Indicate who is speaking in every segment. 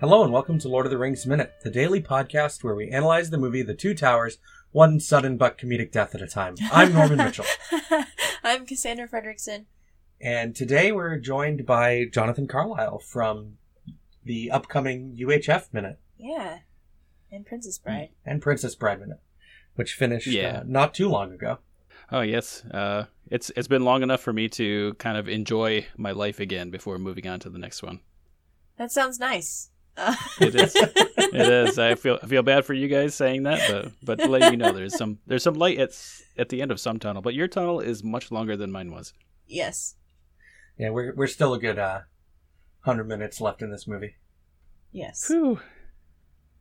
Speaker 1: Hello and welcome to Lord of the Rings Minute, the daily podcast where we analyze the movie The Two Towers, one sudden but comedic death at a time. I'm Norman Mitchell,
Speaker 2: I'm Cassandra Fredrickson.
Speaker 1: and today we're joined by Jonathan Carlisle from the upcoming UHF Minute
Speaker 2: Yeah. And Princess
Speaker 1: Hmm.
Speaker 2: Bride.
Speaker 1: and Princess Bride Minute, which finished
Speaker 3: Yeah.
Speaker 1: uh, not too long ago.
Speaker 3: Oh yes, uh, it's it's been long enough for me to kind of enjoy my life again before moving on to the next one.
Speaker 2: That sounds nice. Uh,
Speaker 3: It is. It is. I feel I feel bad for you guys saying that, but but to let you know there's some there's some light at s- at the end of some tunnel. But your tunnel is much longer than mine was.
Speaker 2: yes.
Speaker 1: Yeah, we're, we're still a good uh, 100 minutes left in this movie.
Speaker 2: Yes.
Speaker 3: Whew.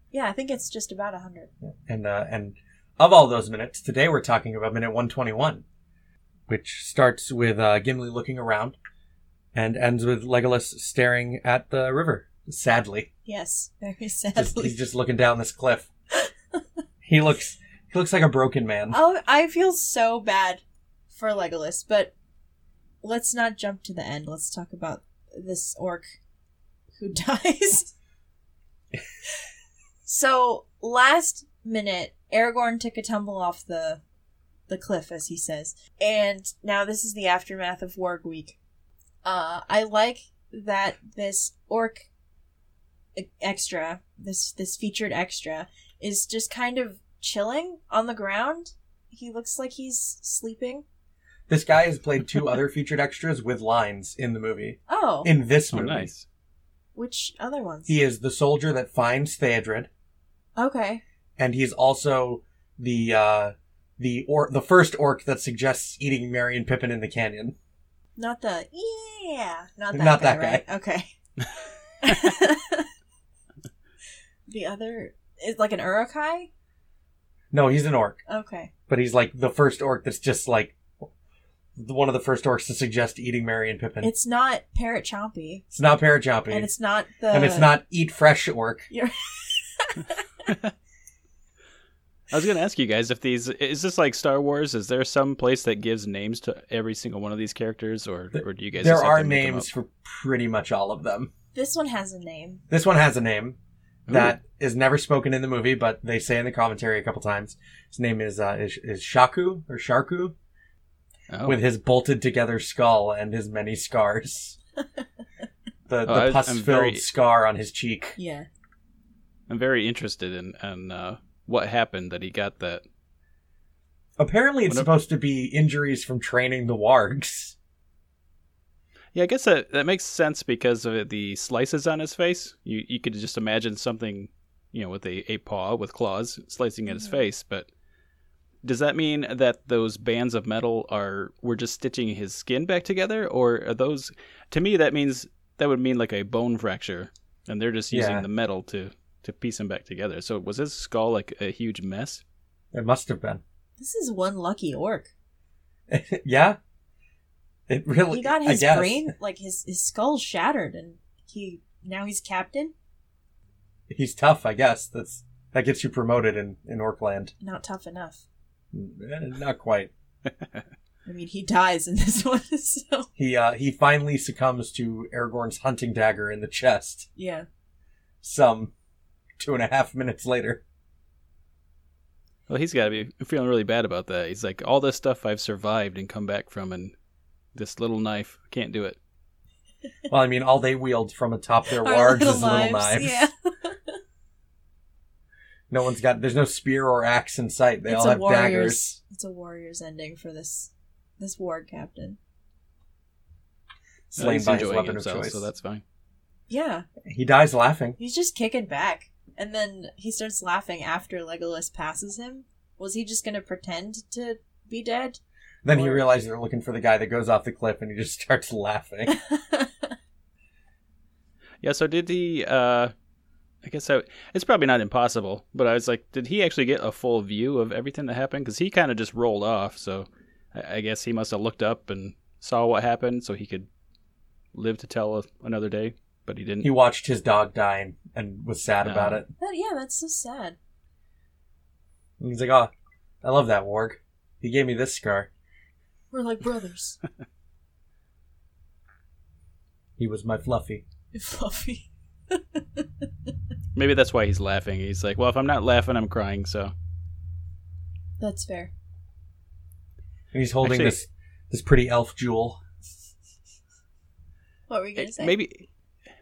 Speaker 2: Yeah, I think it's just about a 100.
Speaker 1: And uh, and of all those minutes, today we're talking about minute 121, which starts with uh, Gimli looking around and ends with Legolas staring at the river. Sadly,
Speaker 2: Yes. Very
Speaker 1: just,
Speaker 2: sadly.
Speaker 1: he's just looking down this cliff. he looks he looks like a broken man.
Speaker 2: Oh, I feel so bad for Legolas, but let's not jump to the end. Let's talk about this orc who dies. so, last minute, Aragorn took a tumble off the the cliff, as he says, and now this is the aftermath of Warg Week. Uh, I like that this orc e- extra, this this featured extra, is just kind of chilling on the ground. He looks like he's sleeping.
Speaker 1: This guy has played two other featured extras with lines in the movie.
Speaker 2: Oh,
Speaker 1: In this
Speaker 3: Oh,
Speaker 1: movie,
Speaker 3: nice.
Speaker 2: which other ones?
Speaker 1: he is the soldier that finds Theodred,
Speaker 2: Okay.
Speaker 1: and he's also the uh, the or the first orc that suggests eating Merry and Pippin in the canyon.
Speaker 2: Not the yeah, not that
Speaker 1: Not
Speaker 2: guy,
Speaker 1: that
Speaker 2: right? Okay. the other is like an urukai.
Speaker 1: No, he's an orc,
Speaker 2: Okay.
Speaker 1: but he's like the first orc that's just like the- one of the first orcs to suggest eating Merry and Pippin. It's,
Speaker 2: It's not parrot chompy,
Speaker 1: not Parachompy,
Speaker 2: and
Speaker 1: and it's, uh,
Speaker 2: it's not the
Speaker 1: not eat fresh orc.
Speaker 3: I was going to ask you guys if these is this like Star Wars? Is there some place that gives names to every single one of these characters, or or do you guys?
Speaker 1: There
Speaker 3: just have to
Speaker 1: are
Speaker 3: make 'em
Speaker 1: names
Speaker 3: up?
Speaker 1: for pretty much all of them.
Speaker 2: This one has a name.
Speaker 1: This one has a name
Speaker 3: Ooh.
Speaker 1: that is never spoken in the movie, but they say in the commentary a couple times. His name is uh, is, is Shaku or Sharku,
Speaker 3: Oh.
Speaker 1: with his bolted together skull and his many scars. the
Speaker 3: Oh, I
Speaker 1: the
Speaker 3: was- I'm
Speaker 1: pus filled
Speaker 3: very-
Speaker 1: scar on his cheek.
Speaker 2: Yeah.
Speaker 3: I'm very interested in in uh, what happened that he got that.
Speaker 1: Apparently, it's
Speaker 3: What a-
Speaker 1: supposed to be injuries from training the wargs.
Speaker 3: Yeah, I guess that, that makes sense because of the slices on his face. You you could just imagine something, you know, with a, a paw with claws slicing at his
Speaker 2: Mhm.
Speaker 3: face. But does that mean that those bands of metal are were just stitching his skin back together, or are those? To me, that means that would mean like a bone fracture, and they're just using
Speaker 1: Yeah.
Speaker 3: the metal to to piece him back together. So was his skull like a huge mess?
Speaker 1: It must have been.
Speaker 2: This is one lucky orc.
Speaker 1: yeah. It really.
Speaker 2: He got
Speaker 1: I
Speaker 2: his
Speaker 1: guess.
Speaker 2: brain, like his his skull shattered, and he now he's captain.
Speaker 1: He's tough, I guess. That's that gets you promoted in in Orkland.
Speaker 2: Not tough enough.
Speaker 1: Eh, Not quite.
Speaker 2: I mean, he dies in this one, so
Speaker 1: He uh he finally succumbs to Aragorn's hunting dagger in the chest.
Speaker 2: yeah.
Speaker 1: Some two and a half minutes later.
Speaker 3: Well, he's got to be feeling really bad about that. He's like, all this stuff I've survived and come back from, and this little knife can't do it.
Speaker 1: Well, I mean, all they wield from atop their
Speaker 2: Our
Speaker 1: wargs is little knives.
Speaker 2: Yeah,
Speaker 1: No one's got. There's no spear or axe in sight. They
Speaker 2: It's
Speaker 1: all
Speaker 2: a
Speaker 1: have
Speaker 2: warrior's-
Speaker 1: daggers.
Speaker 2: it's a warrior's ending for this this ward captain.
Speaker 1: Slain
Speaker 3: he's
Speaker 1: by his
Speaker 3: enjoying
Speaker 1: weapon
Speaker 3: himself,
Speaker 1: of choice.
Speaker 3: so that's fine.
Speaker 2: Yeah,
Speaker 1: He dies laughing.
Speaker 2: he's just kicking back, and then he starts laughing after Legolas passes him. Was he just gonna pretend to be dead?
Speaker 1: Then he
Speaker 2: Or-
Speaker 1: realizes they're looking for the guy that goes off the cliff, and he just starts laughing.
Speaker 3: Yeah. So did he? Uh, I guess I, it's probably not impossible, but I was like, did he actually get a full view of everything that happened? Because he kind of just rolled off. So I, I guess he must have looked up and saw what happened, so he could live to tell another day. But he didn't.
Speaker 1: He watched his dog die and, and was sad
Speaker 3: No.
Speaker 1: about it.
Speaker 2: But yeah, that's so sad.
Speaker 1: And he's like, "Oh, I love that warg. He gave me this scar.
Speaker 2: We're like brothers.
Speaker 1: He was my fluffy."
Speaker 2: Fluffy.
Speaker 3: Maybe that's why he's laughing. He's like, well, if I'm not laughing, I'm crying. So
Speaker 2: That's fair.
Speaker 1: And he's holding
Speaker 3: Actually-
Speaker 1: this this pretty elf jewel.
Speaker 2: What were you gonna
Speaker 3: It-
Speaker 2: say?
Speaker 3: Eh, maybe,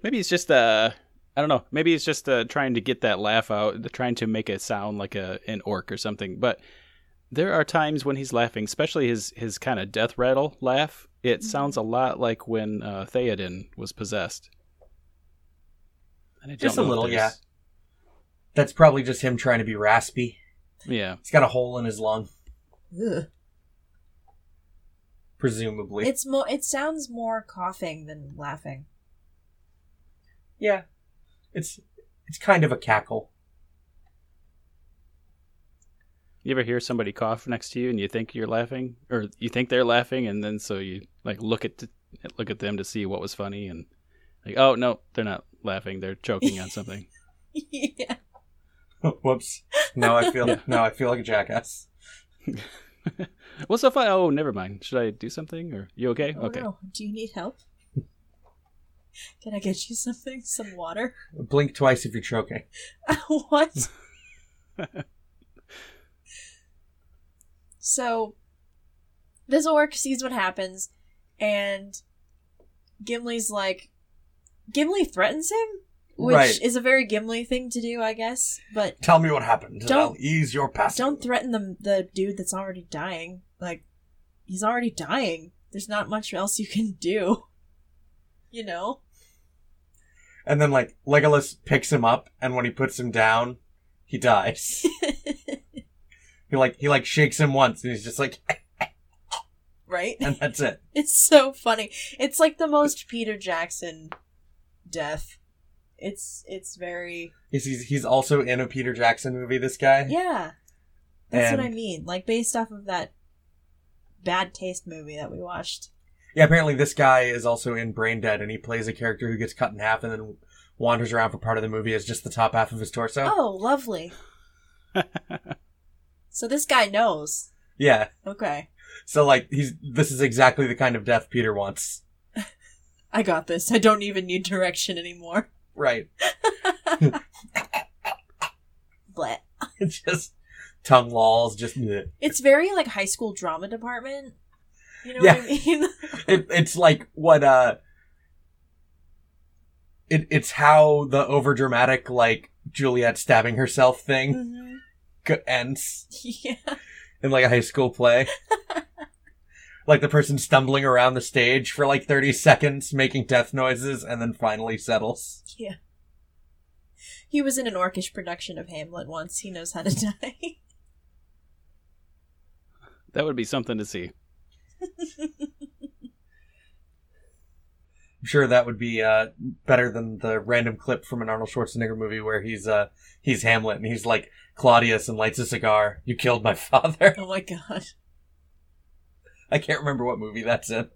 Speaker 3: maybe it's just uh, I don't know. Maybe it's just uh, trying to get that laugh out, the- trying to make it sound like a an orc or something. But there are times when he's laughing, especially his his kind of death rattle laugh. It
Speaker 2: Mhm.
Speaker 3: sounds a lot like when uh, Theoden was possessed. And I
Speaker 1: Just
Speaker 3: don't
Speaker 1: a
Speaker 3: know if
Speaker 1: little,
Speaker 3: there's-
Speaker 1: That's probably just him trying to be raspy.
Speaker 3: Yeah.
Speaker 1: He's got a hole in his lung,
Speaker 2: Ugh.
Speaker 1: presumably.
Speaker 2: It's mo- it sounds more coughing than laughing.
Speaker 1: yeah. It's it's kind of a cackle.
Speaker 3: You ever hear somebody cough next to you and you think you're laughing, or you think they're laughing, and then so you like look at look at them to see what was funny, and like, oh no, they're not laughing; they're choking on something.
Speaker 2: yeah.
Speaker 1: Whoops. Now I feel
Speaker 3: Yeah.
Speaker 1: now I feel like a jackass.
Speaker 3: What's so fun? Oh, never mind. Should I do something? Or you okay?
Speaker 2: Oh,
Speaker 3: okay.
Speaker 2: no. Do you need help? Can I get you something? Some water?
Speaker 1: Blink twice if you're choking.
Speaker 2: what? so, this orc sees what happens, and Gimli's like, Gimli threatens him, which
Speaker 1: Right.
Speaker 2: is a very Gimli thing to do, I guess. But
Speaker 1: Tell me what happened. and
Speaker 2: Don't-
Speaker 1: I'll ease your passage.
Speaker 2: don't threaten the the dude that's already dying. Like, he's already dying. There's not much else you can do. You know.
Speaker 1: And then like Legolas picks him up, and when he puts him down, he dies. he like he like shakes him once, and he's just like,
Speaker 2: Right?
Speaker 1: and that's it.
Speaker 2: It's so funny. It's like the most Peter Jackson death. It's it's very
Speaker 1: He's he's, he's also in a Peter Jackson movie. This guy.
Speaker 2: yeah. That's what I
Speaker 1: And-
Speaker 2: mean. Like based off of that bad taste movie that we watched.
Speaker 1: Yeah. Apparently, this guy is also in Brain Dead, and he plays a character who gets cut in half and then wanders around for part of the movie as just the top half of his torso.
Speaker 2: Oh, lovely. so this guy knows.
Speaker 1: Yeah.
Speaker 2: Okay,
Speaker 1: So like he's this is exactly the kind of death Peter wants.
Speaker 2: I got this. I don't even need direction anymore.
Speaker 1: Right.
Speaker 2: But
Speaker 1: just tongue lolls. Just bleh.
Speaker 2: it's very like high school drama department. You know what I mean?
Speaker 1: it, it's like what uh it, it's how the overdramatic like Juliet stabbing herself thing
Speaker 2: Mhm.
Speaker 1: g- ends
Speaker 2: Yeah.
Speaker 1: in like a high school play. like the person stumbling around the stage for like 30 seconds making death noises and then finally settles.
Speaker 2: Yeah. He was in an orcish production of Hamlet once. He knows how to die.
Speaker 3: That would be something to see.
Speaker 1: I'm sure that would be uh better than the random clip from an Arnold Schwarzenegger movie where he's uh he's Hamlet and he's like Claudius and lights a cigar. You killed my father.
Speaker 2: oh my god.
Speaker 1: I can't remember what movie that's in.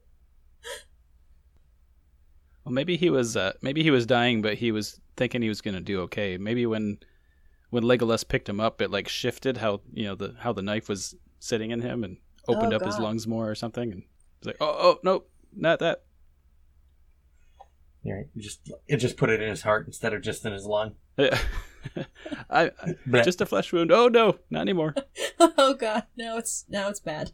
Speaker 3: Well, maybe he was uh, maybe he was dying, but he was thinking he was gonna do okay. Maybe when when Legolas picked him up, it like shifted how you know the how the knife was sitting in him and opened
Speaker 2: Oh,
Speaker 3: up his
Speaker 2: God.
Speaker 3: lungs more or something. And he's like, oh, oh, nope, not that.
Speaker 1: Yeah, you just it just put it in his heart instead of just in his lung.
Speaker 3: I, I
Speaker 1: Bleh.
Speaker 3: just a flesh wound. Oh no, not anymore.
Speaker 2: Oh god. Now it's now it's bad.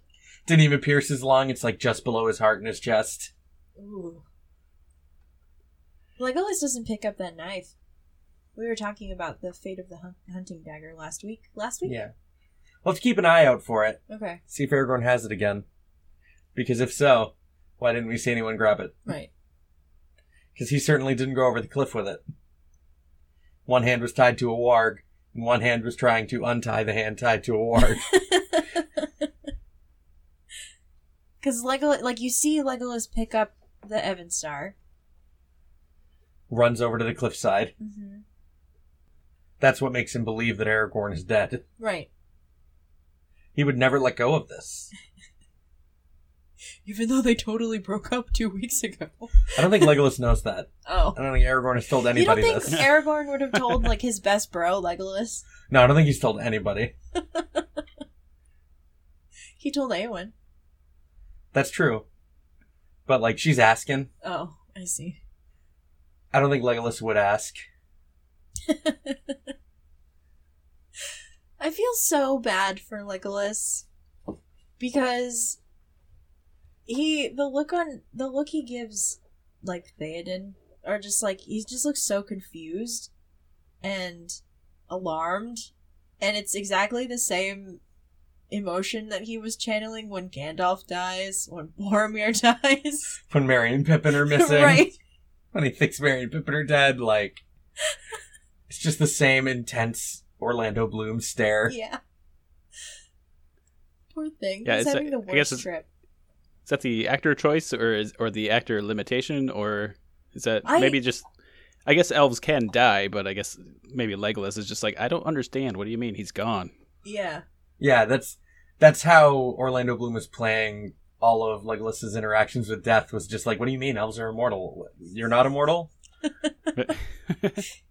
Speaker 1: Didn't even pierce his lung. It's like just below his heart in his chest.
Speaker 2: Ooh. Legolas doesn't pick up that knife. We were talking about the fate of the hun- hunting dagger last week. Last week?
Speaker 1: Yeah. Let's keep an eye out for it.
Speaker 2: Okay.
Speaker 1: See if Aragorn has it again. Because if so, why didn't we see anyone grab it?
Speaker 2: Right.
Speaker 1: Because he certainly didn't go over the cliff with it. One hand was tied to a warg, and one hand was trying to untie the hand tied to a warg.
Speaker 2: Because Legolas, like you see Legolas pick up the Evan Star.
Speaker 1: runs over to the cliffside.
Speaker 2: Mm-hmm.
Speaker 1: That's what makes him believe that Aragorn is dead.
Speaker 2: Right.
Speaker 1: He would never let go of this.
Speaker 2: Even though they totally broke up two weeks ago.
Speaker 1: I don't think Legolas knows that.
Speaker 2: Oh.
Speaker 1: I don't think Aragorn has told anybody
Speaker 2: you don't
Speaker 1: this.
Speaker 2: think Aragorn would have told like his best bro Legolas?
Speaker 1: No, I don't think he's told anybody.
Speaker 2: He told Aowen.
Speaker 1: That's true. But like she's asking.
Speaker 2: Oh, I see.
Speaker 1: I don't think Legolas would ask.
Speaker 2: I feel so bad for Legolas because he the look on the look he gives like Theoden are just like he just looks so confused and alarmed and it's exactly the same emotion that he was channeling when Gandalf dies, when Boromir dies.
Speaker 1: When Mary and Pippin are missing.
Speaker 2: right.
Speaker 1: When he thinks Mary and Pippin are dead, like it's just the same intense Orlando Bloom stare.
Speaker 2: Yeah. Poor thing.
Speaker 3: Yeah,
Speaker 2: He's
Speaker 3: it's a-
Speaker 2: having the
Speaker 3: I
Speaker 2: worst
Speaker 3: guess it's-
Speaker 2: trip.
Speaker 3: Is that the actor choice or is or the actor limitation or is that
Speaker 2: I-
Speaker 3: maybe just I guess elves can die, but I guess maybe Legolas is just like I don't understand. What do you mean he's gone?
Speaker 2: Yeah.
Speaker 1: Yeah, that's that's how Orlando Bloom was playing all of Legolas's interactions with death was just like, what do you mean elves are immortal? You're not immortal?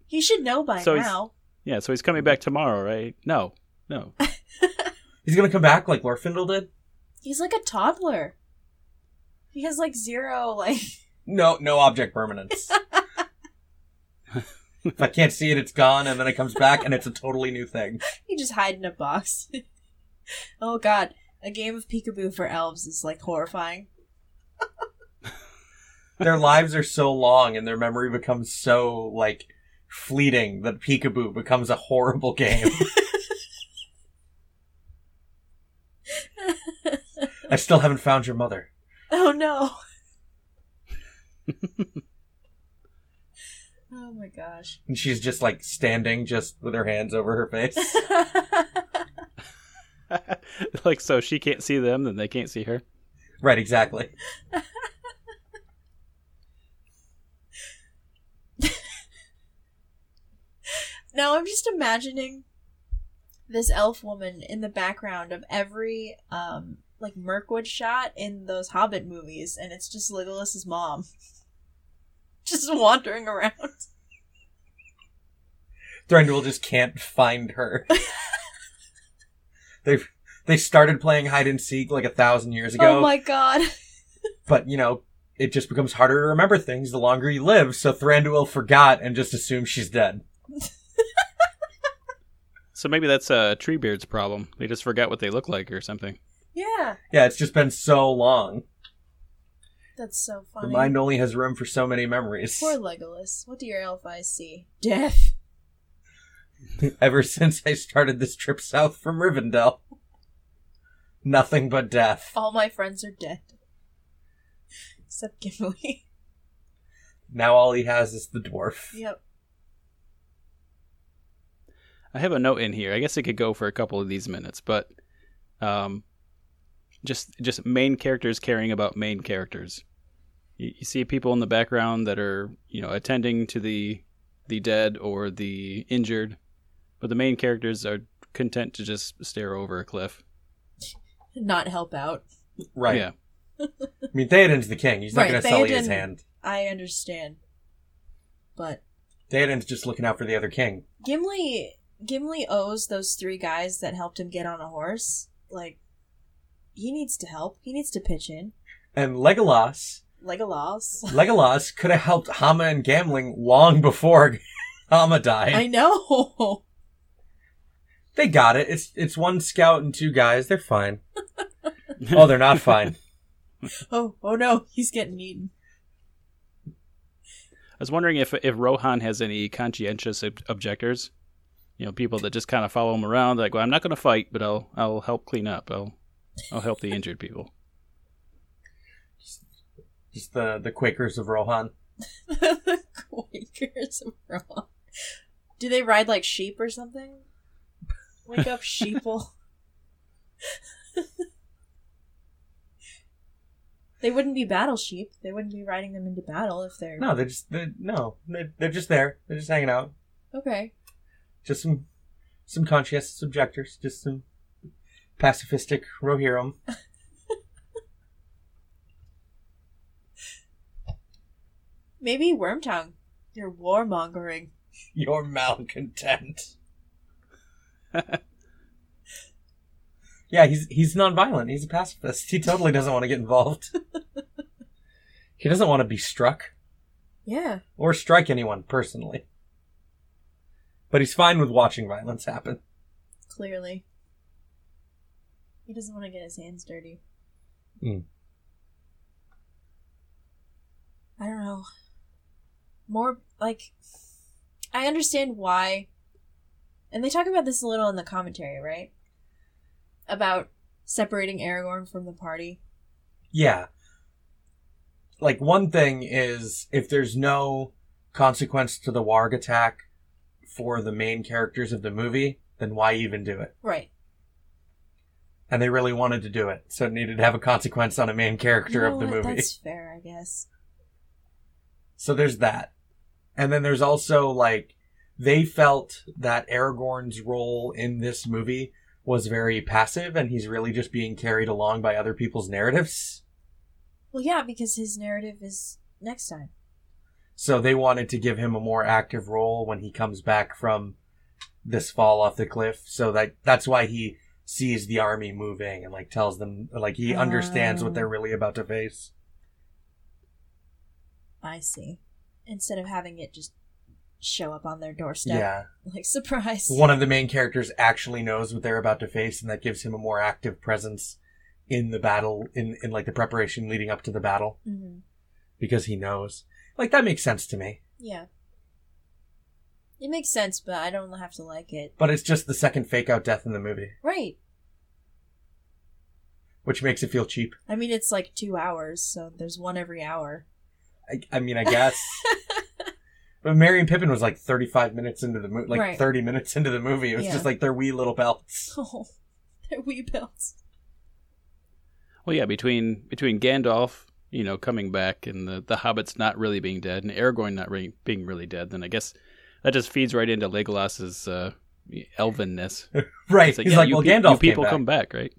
Speaker 2: He should know by
Speaker 3: So he's-
Speaker 2: now.
Speaker 3: Yeah, so he's coming back tomorrow, right? No. No.
Speaker 1: He's gonna come back like Lorfindel did?
Speaker 2: He's like a toddler. He has like zero like
Speaker 1: No, no object permanence. if I can't see it, it's gone, and then it comes back, and it's a totally new thing.
Speaker 2: you just hide in a box. oh god. A game of peekaboo for elves is like horrifying.
Speaker 1: Their lives are so long, and their memory becomes so like fleeting that peekaboo becomes a horrible game. I still haven't found your mother.
Speaker 2: Oh no. oh my gosh.
Speaker 1: And she's just like standing, just with her hands over her face.
Speaker 3: like so she can't see them, then they can't see her.
Speaker 1: right, exactly.
Speaker 2: now I'm just imagining this elf woman in the background of every um like Mirkwood shot in those Hobbit movies, and it's just Legolas's mom. Just wandering around.
Speaker 1: Thranduil just can't find her. They've they started playing hide and seek like a thousand years ago.
Speaker 2: Oh my god.
Speaker 1: but you know, it just becomes harder to remember things the longer you live. So Thranduil forgot and just assumed she's dead.
Speaker 3: So maybe that's uh, Treebeard's problem. They just forgot what they look like or something.
Speaker 2: Yeah.
Speaker 1: Yeah, it's just been so long.
Speaker 2: That's so
Speaker 1: The
Speaker 2: funny.
Speaker 1: mind only has room for so many memories.
Speaker 2: Poor Legolas. What do your elf eyes see? Death.
Speaker 1: Ever since I started this trip south from Rivendell, nothing but death.
Speaker 2: All my friends are dead. Except Gimli.
Speaker 1: Now all he has is the dwarf.
Speaker 2: yep.
Speaker 3: I have a note in here. I guess it could go for a couple of these minutes, but um, just just main characters caring about main characters. You, you see people in the background that are you know attending to the the dead or the injured, but the main characters are content to just stare over a cliff.
Speaker 2: Not help out.
Speaker 1: Right.
Speaker 3: Yeah.
Speaker 1: I mean, Theoden's the king. He's not
Speaker 2: Right,
Speaker 1: going to sully his
Speaker 2: Theoden-
Speaker 1: hand.
Speaker 2: I understand. But
Speaker 1: Theoden's just looking out for the other king.
Speaker 2: Gimli Gimli owes those three guys that helped him get on a horse. Like he needs to help. He needs to pitch in.
Speaker 1: And Legolas,
Speaker 2: Legolas.
Speaker 1: Legolas could have helped Hama and Gambling long before Hama died.
Speaker 2: I know.
Speaker 1: They got it. It's it's one scout and two guys. They're fine. oh, they're not fine.
Speaker 2: Oh, oh no, he's getting eaten.
Speaker 3: I was wondering if if Rohan has any conscientious ob- objectors, you know, people that just kind of follow him around. Like, well, I'm not going to fight, but I'll I'll help clean up. I'll I'll help the injured people.
Speaker 1: Just the the Quakers of Rohan.
Speaker 2: the Quakers of Rome. Do they ride like sheep or something? Wake up, sheeple. they wouldn't be battle sheep. They wouldn't be riding them into battle if they're
Speaker 1: No, they're just they're, no. They're, they're just there. They're just hanging out.
Speaker 2: okay.
Speaker 1: Just some some conscientious objectors. Just some pacifistic Rohirrim.
Speaker 2: Maybe Wormtongue. You're warmongering.
Speaker 1: You're malcontent. yeah, he's he's nonviolent. He's a pacifist. He totally doesn't want to get involved. he doesn't want to be struck.
Speaker 2: Yeah.
Speaker 1: or strike anyone personally. But he's fine with watching violence happen.
Speaker 2: Clearly. He doesn't want to get his hands dirty.
Speaker 1: Mm.
Speaker 2: I don't know. More like I understand why and they talk about this a little in the commentary, right? About separating Aragorn from the party.
Speaker 1: Yeah. Like one thing is if there's no consequence to the warg attack for the main characters of the movie, then why even do it?
Speaker 2: Right.
Speaker 1: And they really wanted to do it, so it needed to have a consequence on a main character
Speaker 2: You know
Speaker 1: of the
Speaker 2: what?
Speaker 1: movie.
Speaker 2: That's fair, I guess.
Speaker 1: So there's that. And then there's also like they felt that Aragorn's role in this movie was very passive and he's really just being carried along by other people's narratives.
Speaker 2: Well, yeah, because his narrative is next time.
Speaker 1: So they wanted to give him a more active role when he comes back from this fall off the cliff. So that that's why he sees the army moving and like tells them like he understands
Speaker 2: Oh.
Speaker 1: what they're really about to face.
Speaker 2: I see. Instead of having it just show up on their doorstep.
Speaker 1: Yeah.
Speaker 2: Like, surprise.
Speaker 1: one of the main characters actually knows what they're about to face and that gives him a more active presence in the battle in, in like the preparation leading up to the battle
Speaker 2: Mhm.
Speaker 1: because he knows like that makes sense to me
Speaker 2: Yeah. It makes sense, but I don't have to like it.
Speaker 1: but it's just the second fake out death in the movie
Speaker 2: Right.
Speaker 1: which makes it feel cheap
Speaker 2: I mean, it's like two hours, so there's one every hour.
Speaker 1: i, I mean i guess but mary and pippin was like 35 minutes into the movie like
Speaker 2: Right.
Speaker 1: 30 minutes into the movie it was
Speaker 2: Yeah.
Speaker 1: just like their wee little belts
Speaker 2: Oh, they're wee belts.
Speaker 3: Well, yeah, between between Gandalf, you know, coming back and the the hobbits not really being dead and Aragorn not re- being really dead, then I guess that just feeds right into Legolas's uh, elvenness.
Speaker 1: right he's
Speaker 3: yeah,
Speaker 1: like
Speaker 3: you
Speaker 1: well
Speaker 3: pe-
Speaker 1: gandalf
Speaker 3: you people
Speaker 1: came
Speaker 3: come
Speaker 1: back.
Speaker 3: back, right?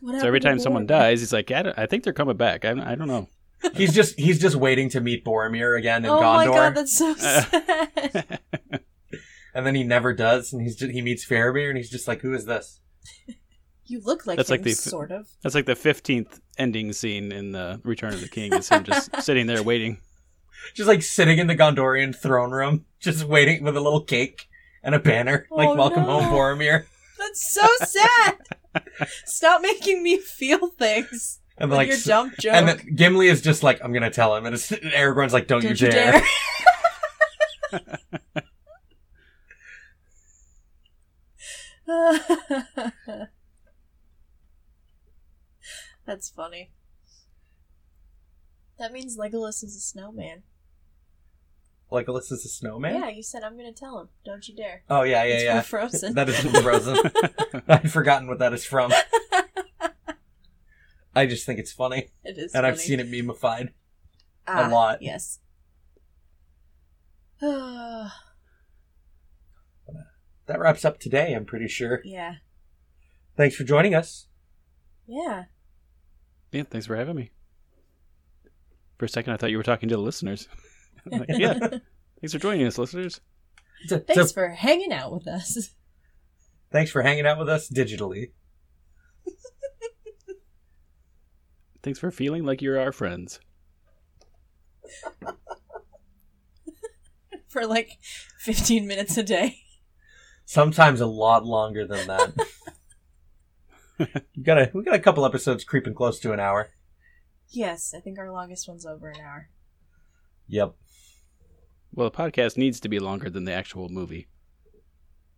Speaker 2: What happened
Speaker 3: so every
Speaker 2: to
Speaker 3: time someone
Speaker 2: Boromir?
Speaker 3: dies, he's like, I, don't- I think they're coming back. I, I don't know.
Speaker 1: he's just he's just waiting to meet boromir again in
Speaker 2: Oh
Speaker 1: gondor
Speaker 2: my god, that's so
Speaker 3: Uh.
Speaker 2: sad.
Speaker 1: and then he never does, and he's just, he meets Faramir, and he's just like, "Who is this?"
Speaker 2: you look like
Speaker 3: That's
Speaker 2: him,
Speaker 3: like the-
Speaker 2: sort of.
Speaker 3: That's like the fifteenth ending scene in the Return of the King is him just sitting there waiting.
Speaker 1: Just like sitting in the Gondorian throne room, just waiting with a little cake and a banner, like
Speaker 2: Oh,
Speaker 1: "Welcome
Speaker 2: no.
Speaker 1: home, Boromir,"
Speaker 2: That's so sad. Stop making me feel things.
Speaker 1: and
Speaker 2: with
Speaker 1: like,
Speaker 2: your
Speaker 1: s-
Speaker 2: dumb joke.
Speaker 1: and then Gimli is just like, "I'm gonna tell him," and, it's, and Aragorn's like, "Don't, you dare!"
Speaker 2: dare. That's funny. That means Legolas is a snowman.
Speaker 1: Legolas is a snowman.
Speaker 2: Yeah, you said I'm gonna tell him. Don't you dare.
Speaker 1: Oh yeah, yeah,
Speaker 2: it's
Speaker 1: yeah.
Speaker 2: from Frozen.
Speaker 1: That is from Frozen. I'd forgotten what that is from. I just think it's funny,
Speaker 2: it
Speaker 1: and
Speaker 2: is. funny.
Speaker 1: I've seen it memified.
Speaker 2: Ah,
Speaker 1: lot.
Speaker 2: Yes. yeah.
Speaker 1: That wraps up today. I'm pretty sure. Thanks for joining us.
Speaker 2: Yeah.
Speaker 3: Yeah, thanks for having me. For a second, I thought you were talking to the listeners. I'm like, yeah, thanks for joining us, listeners.
Speaker 1: It's a- it's a
Speaker 2: Thanks for hanging out with us.
Speaker 1: Thanks for hanging out with us digitally.
Speaker 3: Thanks for feeling like you're our friends.
Speaker 2: for like 15 minutes a day.
Speaker 1: Sometimes a lot longer than that. we got a we got a couple episodes creeping close to an hour.
Speaker 2: Yes, I think our longest one's over an hour.
Speaker 1: Yep.
Speaker 3: Well, the podcast needs to be longer than the actual movie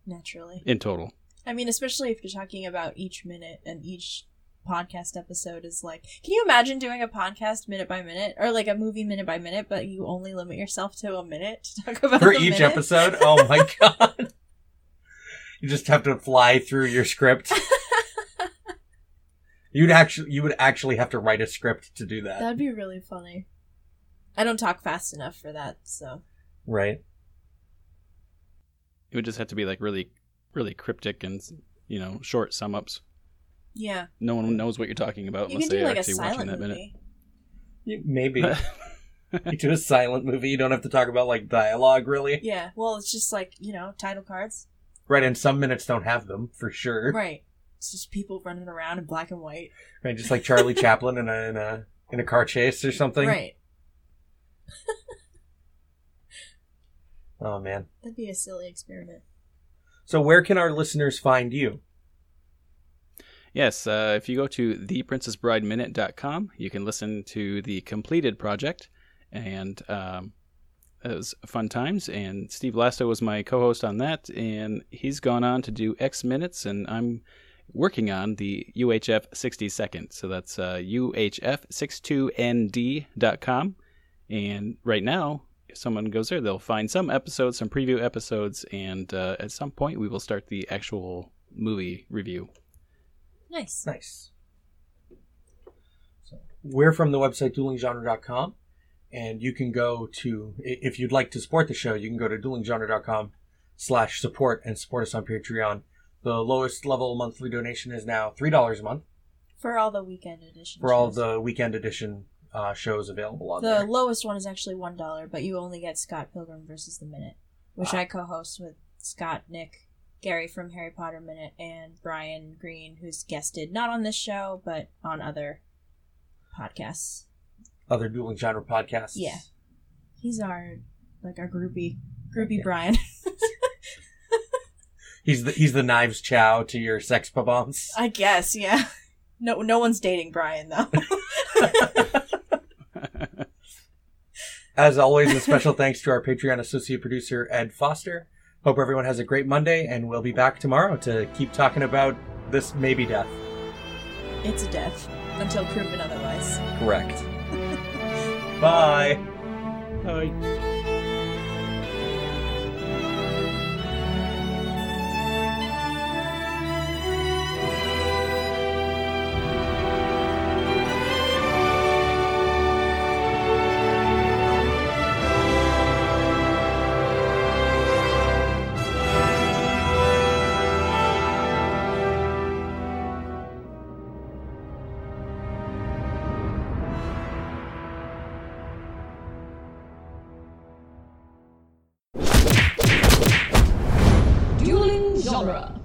Speaker 2: Naturally.
Speaker 3: in total.
Speaker 2: I mean, especially if you're talking about each minute and each podcast episode is like, can you imagine doing a podcast minute by minute or like a movie minute by minute, but you only limit yourself to a minute to talk about
Speaker 1: For
Speaker 2: the
Speaker 1: each
Speaker 2: minute?
Speaker 1: episode. Oh my god. You just have to fly through your script. You'd actually you would actually have to write a script to do that.
Speaker 2: That'd be really funny. I don't talk fast enough for that, so
Speaker 1: Right.
Speaker 3: It would just have to be like really, really cryptic and you know short sum ups.
Speaker 2: yeah.
Speaker 3: No one knows what you're talking about
Speaker 2: You
Speaker 3: unless
Speaker 2: can do
Speaker 3: they're
Speaker 2: like a
Speaker 3: actually watching
Speaker 2: silent
Speaker 3: that
Speaker 2: movie.
Speaker 1: You- Maybe.
Speaker 3: minute.
Speaker 1: you do a silent movie, you don't have to talk about like dialogue really.
Speaker 2: Yeah. Well, it's just like, you know, title cards.
Speaker 1: Right, and some minutes don't have them for sure.
Speaker 2: Right. It's just people running around in black and white.
Speaker 1: Right, just like Charlie Chaplin in a in a in a car chase or something.
Speaker 2: Right.
Speaker 1: Oh man.
Speaker 2: That'd be a silly experiment.
Speaker 1: So where can our listeners find you?
Speaker 3: Yes, uh, if you go to theprincessbrideminute.com, you can listen to the completed project, and um, it was fun times. And Steve Lasto was my co-host on that, and he's gone on to do X minutes, and I'm working on the UHF 62nd. So that's uh, UHF62ND.com, and right now. If someone goes there, they'll find some episodes, some preview episodes, and uh, at some point we will start the actual movie review.
Speaker 2: Nice.
Speaker 1: Nice. So we're from the website duelinggenre.com, and you can go to i- if you'd like to support the show, you can go to duelinggenre.com slash support and support us on Patreon. The lowest level monthly donation is now three dollars a month
Speaker 2: For all the weekend editions.
Speaker 1: for all the weekend edition uh, shows available on
Speaker 2: The
Speaker 1: there.
Speaker 2: lowest one is actually one dollar, but you only get Scott Pilgrim versus the Minute, which
Speaker 1: Ah.
Speaker 2: I co-host with Scott, Nick, Gary from Harry Potter Minute, and Brian Green, who's guested not on this show but on other podcasts.
Speaker 1: Other dueling genre podcasts.
Speaker 2: Yeah. He's our like our groupie, groupie
Speaker 1: Yeah.
Speaker 2: Brian.
Speaker 1: He's the he's the knives chow to your sex bombs.
Speaker 2: I guess, yeah. No, no one's dating Brian though.
Speaker 1: As always, a special thanks to our Patreon associate producer, Ed Foster. Hope everyone has a great Monday, and we'll be back tomorrow to keep talking about this maybe death.
Speaker 2: it's a death until proven otherwise.
Speaker 1: Correct. Bye.
Speaker 3: Bye.
Speaker 4: Dueling genre.